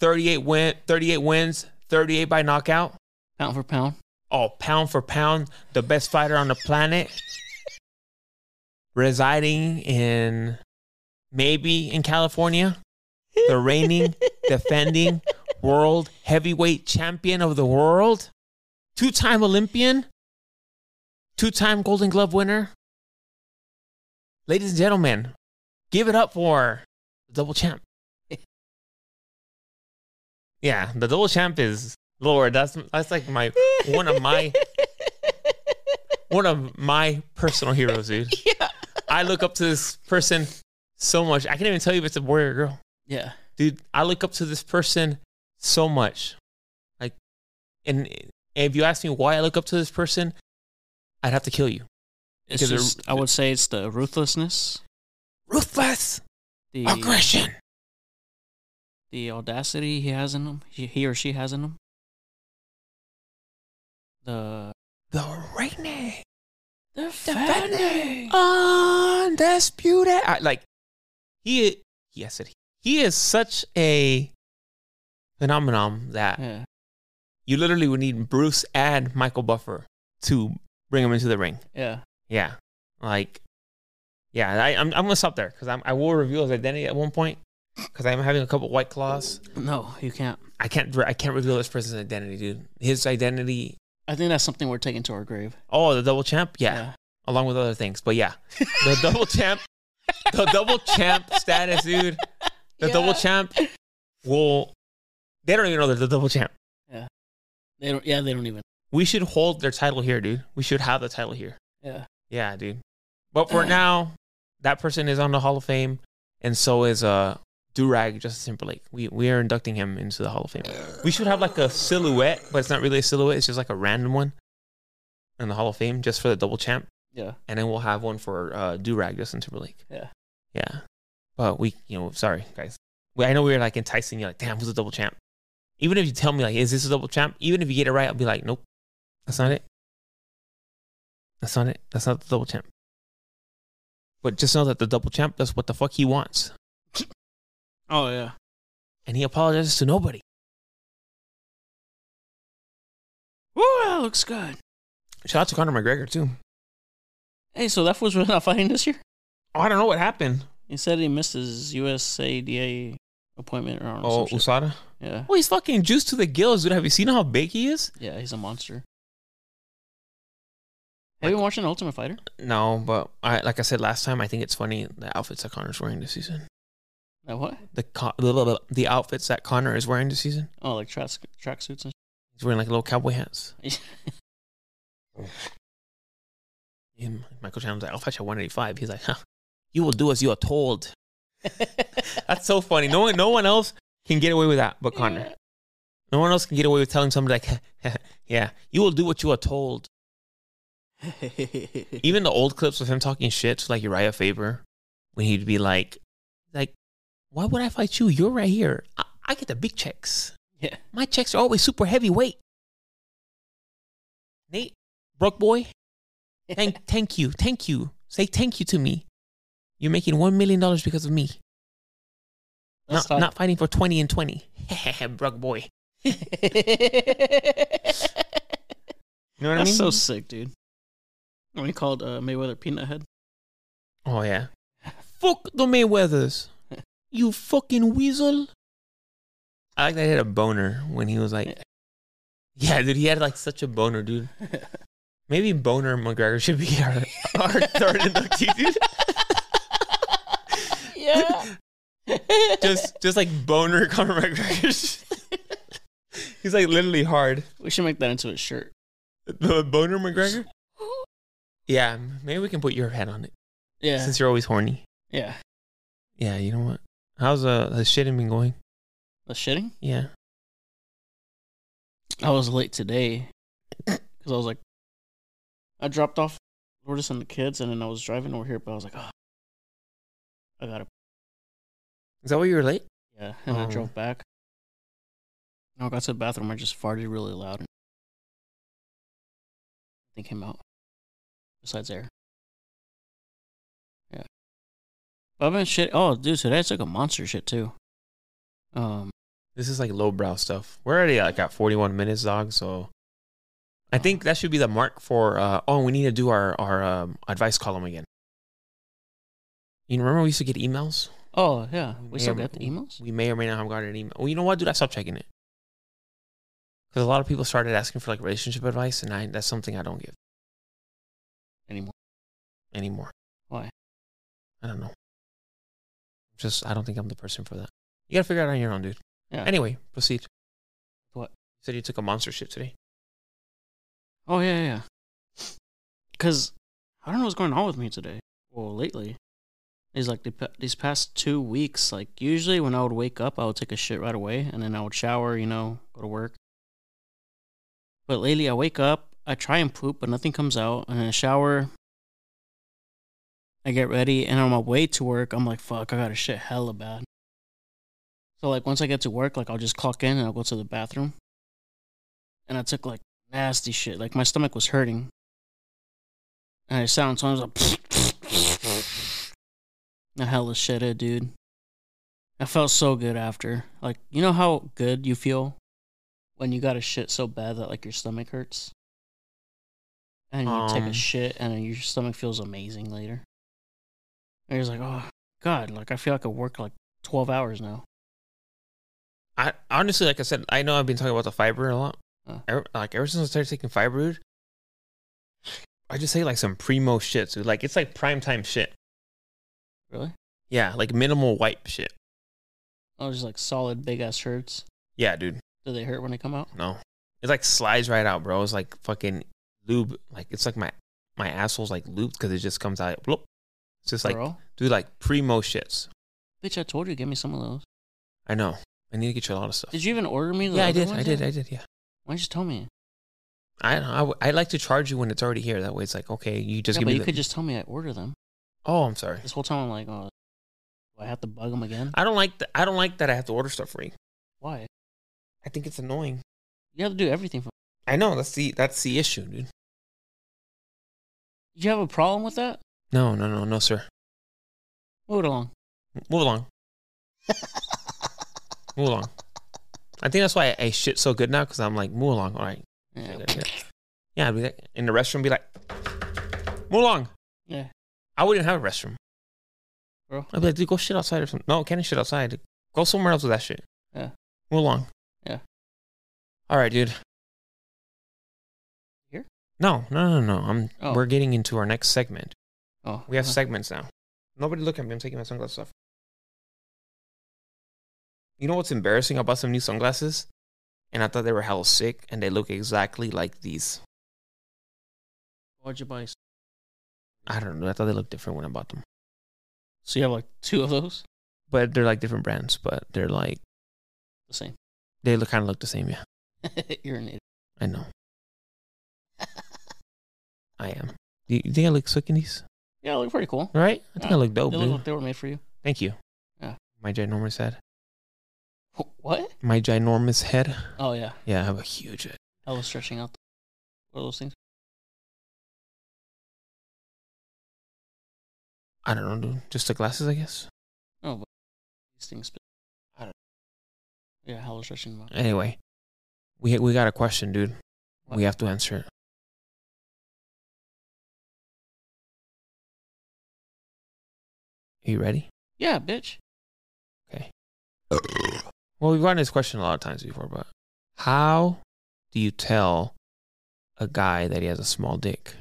38 win 38 wins 38 by knockout
Pound for pound.
oh pound for pound the best fighter on the planet residing in maybe in california the reigning defending world heavyweight champion of the world two-time olympian two-time golden glove winner ladies and gentlemen give it up for the double champ yeah the double champ is lord that's that's like my one of my one of my personal heroes dude
Yeah.
i look up to this person so much i can't even tell you if it's a boy or a girl
Yeah.
dude, I look up to this person so much. Like, and if you ask me why I look up to this person, I'd have to kill you.
It's
Because they're-
just, I would say it's the ruthlessness,
Ruthless
the
aggression.
the audacity he has in him, he, he or she has in him, the
The reigning,
the
defending, undisputed. I, like, he, yes, it. He is such a phenomenon that
Yeah.
you literally would need Bruce and Michael Buffer to bring him into the ring.
Yeah.
Yeah, like, yeah. I, I'm I'm gonna stop there because I'm I will reveal his identity at one point because I'm having a couple white claws.
No, you can't.
I can't re- I can't reveal this person's identity, dude. His identity.
I think that's something we're taking to our grave.
Oh, the double champ. Yeah, along with other things, but yeah, the double champ. The double champ status, dude. The double champ will. They don't even know they're the double champ.
They don't. Yeah, they don't even.
We should hold their title here, dude. We should have the title here.
Yeah.
Yeah, dude. But for now, that person is on the Hall of Fame, and so is uh Durag Justin Timberlake. We we are inducting him into the Hall of Fame. We should have like a silhouette, but it's not really a silhouette. It's just like a random one in the Hall of Fame, just for the double champ,
Yeah.
and then we'll have one for uh, Durag Justin Timberlake.
Yeah.
yeah. But we, you know, sorry guys. We, I know we were like enticing you, like, damn, who's a double champ? Even if you tell me like, is this a double champ? Even if you get it right, I'll be like, nope, that's not it. That's not it. That's not the double champ. But just know that the double champ does what the fuck he wants.
Oh yeah.
And he apologizes to nobody.
Woo, that looks good.
Shout out to Conor McGregor, too.
Hey, so that was not fighting this year.
Oh, I don't know what happened.
He said he missed his USADA appointment or I don't know,
Oh,
some shit.
Usada.
yeah,
Well, he's fucking juiced to the gills, dude. Have you seen how big he is?
yeah, he's a monster. Have you been watching Ultimate Fighter?
No, but I, like I said last time, I think it's funny the outfits that Conor's wearing this season.
Uh, what?
The, co- the, the, the outfits that Connor is wearing this season.
Oh, like track track suits and
He's wearing like little cowboy hats.
shit.
And Michael Chandler's like, I'll fetch a 185. He's like, huh, you will do as you are told. That's so funny. No one, no one else can get away with that but Connor. No one else can get away with telling somebody like, yeah, you will do what you are told. Even the old clips of him talking shit to like Uriah Faber, when he'd be like, like, why would I fight you? You're right here. I, I get the big checks.
yeah.
My checks are always super heavyweight. Nate, broke boy, thank, thank you, thank you. Say thank you to me. You're making one million dollars because of me.
Let's
Not,
talk-
not fighting for twenty and twenty. broke boy. You know what
That's
I
so
mean?
sick, dude. When he called uh, Mayweather Peanut Head.
Oh yeah. Fuck the Mayweathers. You fucking weasel. I like that he had a boner when he was like Yeah, dude, he had like such a boner, dude. Maybe boner McGregor should be our, our third inductee, dude.
yeah.
Just just like boner Conor McGregor. He's like literally hard.
we should make that into a shirt.
The boner McGregor? Yeah, maybe we can put your head on it.
Yeah.
Since you're always horny.
yeah.
Yeah, you know what? How's uh the shitting been going?
The shitting?
Yeah.
I was late today because I was like, I dropped off Lourdes and the kids, and then I was driving over here, but I was like, oh, I gotta,
Is that why you were late?
yeah. And I
Oh.
drove back. When I got to the bathroom, I just farted really loud. And they came out, besides air. Yeah. But I've been shit. Oh, dude, today I took a monster shit too. Um,
This is like lowbrow stuff. We're already like at 41 minutes, dog. So I think that should be the mark for. Uh, oh, we need to do our our um, advice column again. You remember we used to get emails.
oh, yeah. We still
may or-
got the emails?
e, We may or may not have gotten an email. Well, you know what, dude? I stopped checking it because a lot of people started asking for like relationship advice, and I that's something I don't give
Anymore.
anymore.
Why?
I don't know. Just I don't think I'm the person for that. You gotta figure it out on your own, dude.
Yeah.
Anyway, proceed.
What?
You said you took a monster shit today.
Oh yeah, yeah. Cause I don't know what's going on with me today. Well, lately, is like the, pa- these past two weeks. Like usually, when I would wake up, I would take a shit right away, and then I would shower. You know, go to work. But lately, I wake up, I try and poop, but nothing comes out, and then I shower. I get ready, and on my way to work, I'm like, "Fuck, I gotta shit hella bad." So like, once I get to work, like I'll just clock in and I'll go to the bathroom. And I took like nasty shit. Like my stomach was hurting. And I sound so I was like the hell is shitted, dude. I felt so good after. Like you know how good you feel when you got a shit so bad that like your stomach hurts? And you take
Um.
a shit and then your stomach feels amazing later. And you're just like, oh god, like I feel like I work like twelve hours now.
I honestly, like I said, I know I've been talking about the fiber a lot.
Uh.
Ever, like ever since I started taking fiber, dude, I just say like some primo shit, dude. Like it's like prime time shit.
Really?
Yeah, like minimal wipe shit.
I was just like solid big ass hurts.
Yeah, dude.
Do they hurt when they come out?
No, it's like slides right out, bro. It's like fucking lube. Like it's like my my asshole's like lubed because it just comes out. Bloop. It's just like
Bro.
dude, like primo shits.
Bitch, I told you give me some of those.
I know. I need to get you a lot of stuff.
Did you even order me? The
yeah, I
other
did.
ones
I did.
yet?
I did. Yeah.
Why didn't you tell me?
I, I w- I like to charge you when it's already here. That way, it's like okay, you just
yeah,
give
but
me.
you
the-
could just tell me I order them.
oh, I'm sorry.
This whole time I'm like, oh, do I have to bug them again?
I don't like that. I don't like that I have to order stuff for you.
Why?
I think it's annoying.
You have to do everything. For-
I know that's the that's the issue, dude.
Did you have a problem with that?
No, no, no, no, sir.
Move it along.
Move along. move along. I think that's why I, shit so good now because I'm like move along. All right.
Yeah.
Yeah, I'd be like in the restroom, be like move along.
Yeah.
I wouldn't have a restroom.
Bro.
I'd be like, dude, go shit outside or something. No, can't shit outside. Go somewhere else with that shit.
Yeah.
Move along.
Yeah.
All right, dude.
Here?
No, no, no, no. I'm.
Oh.
We're getting into our next segment.
Oh,
We have
huh.
segments now. Nobody look at me. I'm taking my sunglasses off. You know what's embarrassing? I bought some new sunglasses, and I thought they were hell sick, and they look exactly like these.
Why'd you buy?
I don't know. I thought they looked different when I bought them,
So you have like two of those?
but they're like different brands. But they're like
The same.
they look kind of look the same. Yeah,
You're an idiot.
I know. I am. Do you, you think I look sick in these?
Yeah, they look pretty cool.
All right. I think
Yeah.
I look dope,
they look
dude.
like they were made for you.
Thank you.
Yeah.
My ginormous head.
Wh- What?
My ginormous head.
Oh yeah,
Yeah, I have a huge head.
I was stretching out. What are those things?
I don't know, dude. Just the glasses, I guess.
No, but these things.
I don't-
Yeah, hella stretching. Them out.
Anyway, we we got a question, dude.
What?
We have to answer it. Are you ready?
Yeah, bitch.
Well, we've gotten this question a lot of times before, but how do you tell a guy that he has a small dick?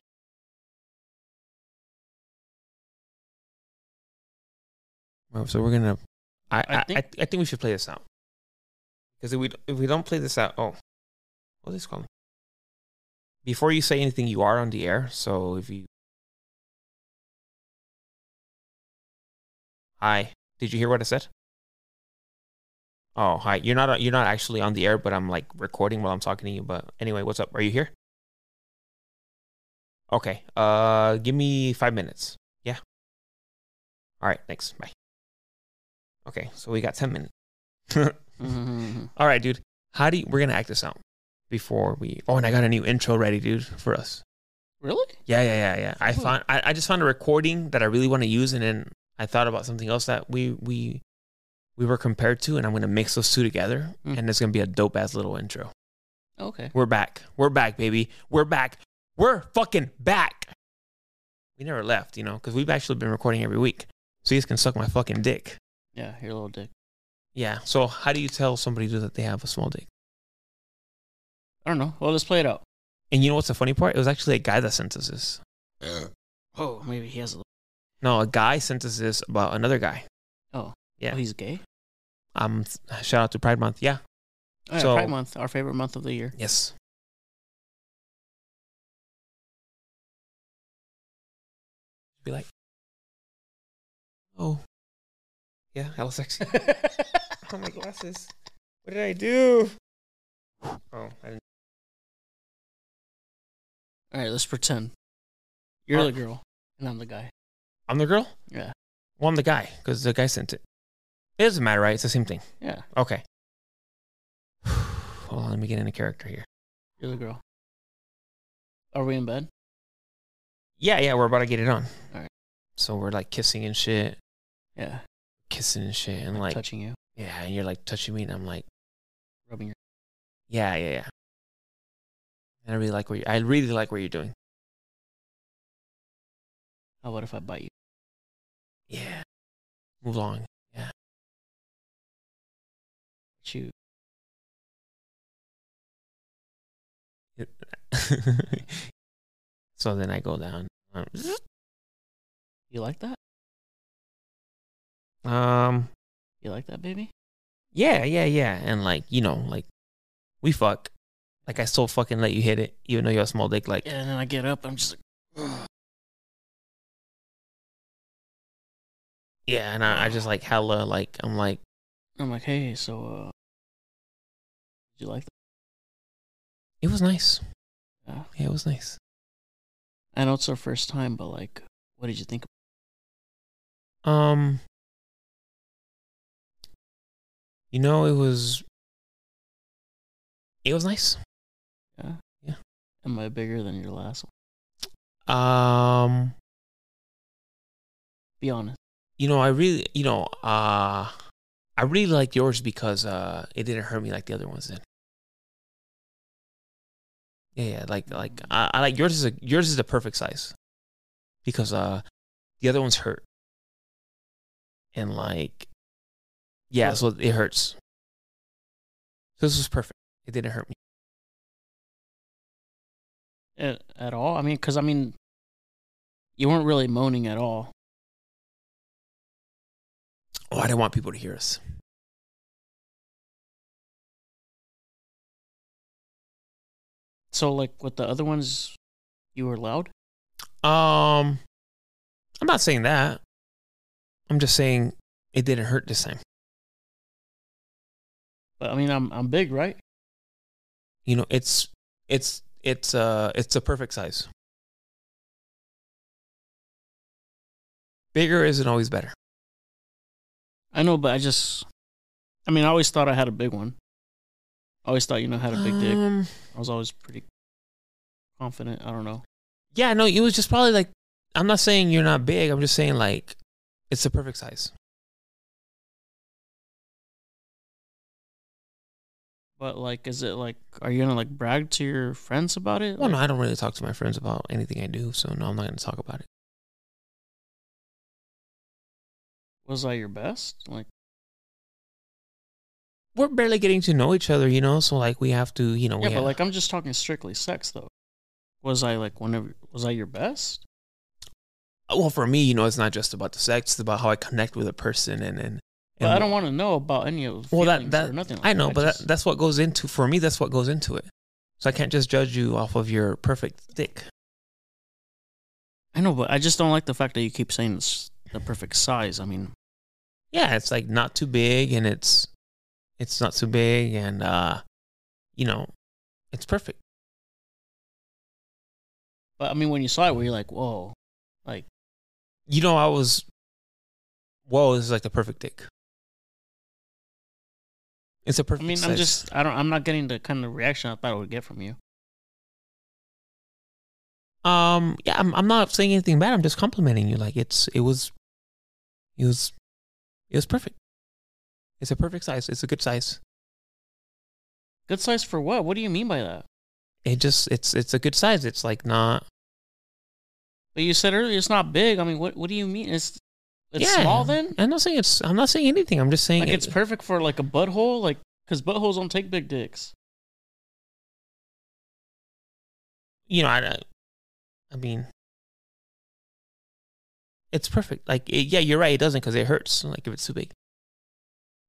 Well, so we're gonna. I
I
I, I,
think-
I think we should play this out because if we if we don't play this out, oh, what is this called? Before you say anything, you are on the air. So if you, hi, did you hear what I said? Oh, hi. You're not you're not actually on the air, but I'm like recording while I'm talking to you. But anyway, what's up? Are you here? Okay. Uh, give me five minutes. Yeah. All right. Thanks. Bye. Okay. So we got ten minutes.
Mhm.
All right, dude. How do you, we're gonna act this out before we? Oh, and I got a new intro ready, dude, for us.
really?
Yeah, yeah, yeah, yeah. I
Cool.
found I, I just found a recording that I really want to use, and then I thought about something else that we we we were compared to, and I'm gonna mix those two together,
Mm.
and it's gonna be a dope ass little intro.
Okay.
We're back. We're back, baby. We're back. We're fucking back. We never left, you know, because we've actually been recording every week. So you guys can suck my fucking dick.
Yeah, your little dick.
Yeah. So how do you tell somebody that they have a small dick?
I don't know. Well, let's play it out.
And you know what's the funny part? It was actually a guy that sent us this.
Oh, maybe he has a little.
No, a guy sent us this about another guy. Yeah.
Oh, he's gay.
Um, shout out to Pride Month. Yeah.
Oh, yeah,
So-
Pride Month, our favorite month of the year.
Yes. Be like, oh, yeah, hella sexy. oh my glasses. What did I do? Oh, I didn't.
All right, let's pretend you're
All
the
right.
girl and I'm the guy.
I'm the girl.
Yeah.
Well, I'm the guy because the guy sent it. It doesn't matter, right? It's the same thing.
Yeah,
Okay. Hold on, let me get into character here.
you're the girl. Are we in bed?
Yeah, yeah, we're about to get it on.
All right.
So we're like kissing and shit,
Yeah.
kissing and shit, and like,
touching you,
yeah, and you're like touching me, and I'm like,
rubbing your.
yeah, yeah, yeah. And I really like what you, I really like what you're doing.
How about oh, if I bite you?
Yeah. Move along.
Chew.
so then I go down. Um,
You like that?
Um,
You like that, baby?
yeah, yeah, yeah, and like you know, like we fuck. Like I still fucking let you hit it, even though you're a small dick. Like
Yeah. And then I get up. I'm just like,
yeah, and I, I just like hella like I'm like.
I'm like, hey, so uh, did you like that?
It was nice.
Yeah.
Yeah, it was nice.
I know it's our first time, but like, what did you think?
Um, you know, it was. It was nice.
Am I bigger than your last one?
Um,
Be honest.
you know, I really, you know, uh, I really liked yours because uh, it didn't hurt me like the other ones did. Yeah, yeah, like, like I, I like yours is a yours is the perfect size, because uh, the other ones hurt, and like, yeah,
Yeah.
so it hurts. So this was perfect. It didn't hurt me.
at, at all? I mean, because I mean, you weren't really moaning at all.
Oh, I didn't want people to hear us.
So like with the other ones, you were loud.
Um, I'm not saying that. I'm just saying it didn't hurt this time.
But I mean, I'm I'm big, right?
you know it's it's it's uh it's a perfect size bigger isn't always better
I know, but I just, I mean, I always thought I had a big one. I always thought you know I had a big dick.
Um,
I was always pretty confident. I don't know.
yeah no it was just probably like i'm not saying you're not big i'm just saying like it's the perfect size
But like, is it like, are you gonna like brag to your friends about it?
well
Like,
no i don't really talk to my friends about anything i do so no i'm not going to talk about it
was I your best? Like,
We're barely getting to know each other, you know. So like we have to, you know,
yeah,
we
but
have-
like I'm just talking strictly sex though. Was I like one of was I your best?
well, for me, you know, it's not just about the sex; it's about how I connect with a person, and and.
But
and
I don't want to know about any of the
Well, that
feelings
that
or nothing. Like
I know,
that.
but
just-
that, that's what goes into for me. That's what goes into it. So I can't just judge you off of your perfect dick.
I know, but I just don't like the fact that you keep saying it's the perfect size. I mean,
Yeah, it's like not too big, and it's it's not too big, and uh, you know, it's perfect.
but I mean when you saw it, were you like, whoa, like
You know, I was, whoa, this is like the perfect dick. It's
I
a perfect.
mean, I'm
size.
just I don't I'm not getting the kind of reaction I thought I would get from you.
um, yeah, I'm I'm not saying anything bad. I'm just complimenting you. Like it's it was, it was, it was perfect. It's a perfect size. It's a good size.
Good size for what? What do you mean by that?
it just it's it's a good size. It's like not
But you said earlier it's not big. I mean, what what do you mean? It's it's small then?
I'm not saying it's I'm not saying anything. I'm just saying
Like
it-
it's perfect for like a butthole, like because buttholes don't take big dicks.
you know I I- I mean it's perfect. Like it, yeah, you're right. It doesn't because it hurts. Like if it's too big.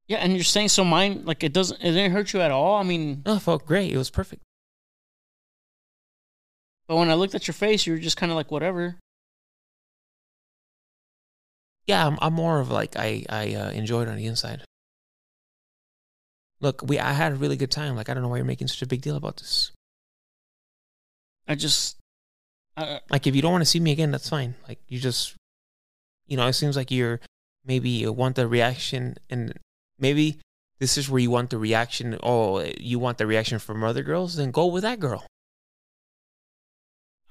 Yeah, and you're saying so mine like it doesn't it didn't hurt you at all. I mean,
Oh, it felt great. It was perfect.
but when I looked at your face, you were just kind of like whatever.
Yeah, I'm, I'm more of like I I uh, enjoyed on the inside. Look, we I had a really good time. Like I don't know why you're making such a big deal about this.
I just I,
Like if you don't want to see me again, that's fine. Like you just you know, it seems like you're maybe you want the reaction and maybe this is where you want the reaction oh you want the reaction from other girls, then go with that girl.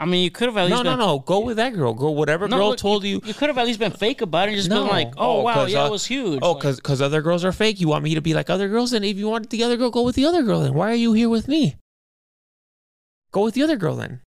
I mean, you could have at least
No, no,
been,
no. Go with that girl. Go whatever
No,
girl
look,
told you,
You could have at least been fake about it and just
No.
been like, oh,
Oh,
wow,
'cause,
yeah,
uh,
it was huge.
Oh,
Like,
cause cause other girls are fake. You want me to be like other girls? Then if you want the other girl, go with the other girl then. Why are you here with me? Go with the other girl then.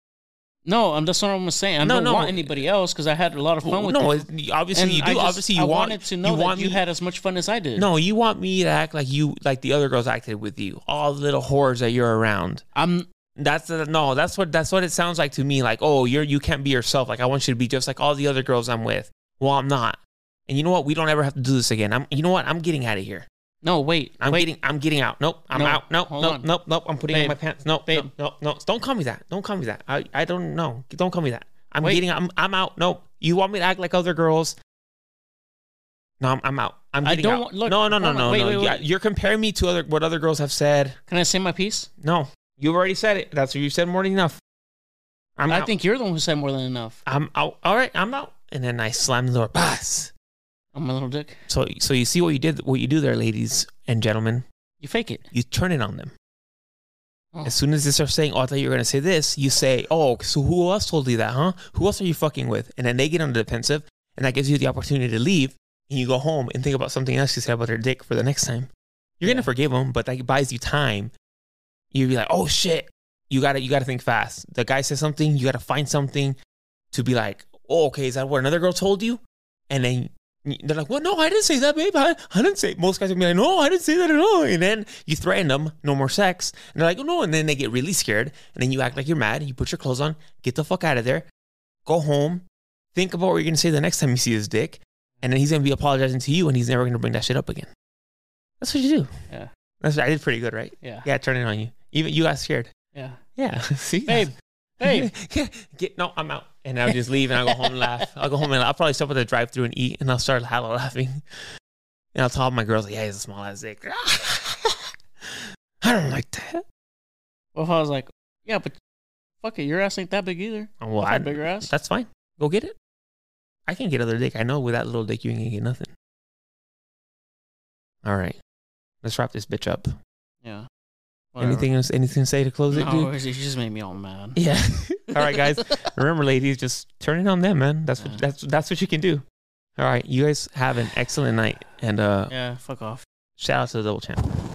no, I'm that's what I'm saying. I
No,
don't
no.
want anybody else because I had a lot of fun with
no,
you.
it- obviously
And
you do.
I just-
obviously you
I
want
wanted to know
you
that
want
you
me-
had as much fun as I did.
No, you want me to act like you like the other girls acted with you. All the little whores that you're around.
I'm
That's the, no, that's what that's what it sounds like to me. Like, oh, you're you can't be yourself. Like, I want you to be just like all the other girls I'm with. Well, I'm not. And you know what? We don't ever have to do this again. I'm. You know what? I'm getting out of here.
no wait.
I'm
wait,
getting. I'm getting out. Nope. I'm
No,
out. Nope.
hold
Nope.
on.
Nope. Nope. I'm putting on
Babe.
my pants. Nope.
Babe.
Nope. Nope. No. Don't call me that. Don't call me that. I. I don't know. Don't call me that. I'm
Wait.
getting. I'm. I'm out. Nope. You want me to act like other girls? No. I'm. I'm out. I'm
I
getting
don't
out.
want- look,
no. No. No.
hold on.
No.
Wait,
no.
wait,
Yeah,
wait.
You're comparing me to other what other girls have said.
Can I say my piece?
No. You've already said it. That's what you said more than enough. I'm.
I
out.
think you're the one who said more than enough.
I'm out. All right. I'm out. And then I slammed the door. Pass.
I'm a little dick.
So. So you see what you did. What you do there, ladies and gentlemen.
You fake it.
You turn it on them.
Oh.
As soon as they start saying, "Oh, I thought you were gonna say this," you say, "Oh, so who else told you that, huh? Who else are you fucking with?" And then they get on the defensive, and that gives you the opportunity to leave, and you go home and think about something else you said about their dick for the next time. You're
Yeah.
gonna forgive them, but that buys you time. You'd be like, "Oh shit, you gotta you gotta think fast." The guy says something, you gotta find something to be like, "Oh, okay, is that what another girl told you?" And then they're like, "Well, no, I didn't say that, babe. I, I didn't say." Most guys would be like, "No, I didn't say that at all." And then you threaten them, no more sex, and they're like, "Oh, "No," and then they get really scared, and then you act like you're mad. You put your clothes on, get the fuck out of there, go home, think about what you're gonna say the next time you see his dick, and then he's gonna be apologizing to you, and he's never gonna bring that shit up again. That's what you do.
Yeah.
that's I did pretty good, right?
Yeah.
Yeah, turn it on you. Even you got scared.
Yeah.
Yeah, see,
Babe. Babe.
yeah, get no, I'm out, and I'll just leave, and I'll go home and laugh. I'll go home and I'll probably stop at the drive-through and eat, and I'll start hella laughing, and I'll tell all my girls like, "Yeah, he's a small ass dick." I don't like that.
Well, if I was like, yeah, but fuck it, your ass ain't that big either.
Oh, Well,
That's
I,
not bigger ass.
That's fine. Go get it. I can get other dick. I know with that little dick, you ain't gonna get nothing. All right, let's wrap this bitch up.
Yeah.
Anything else? Anything to say to close it,
No,
dude?
it just made me all mad.
Yeah. all right, guys. remember ladies just turn it on them man that's
Yeah.
what, that's that's what you can do all right you guys have an excellent night and uh
yeah, fuck off.
shout out to the double champ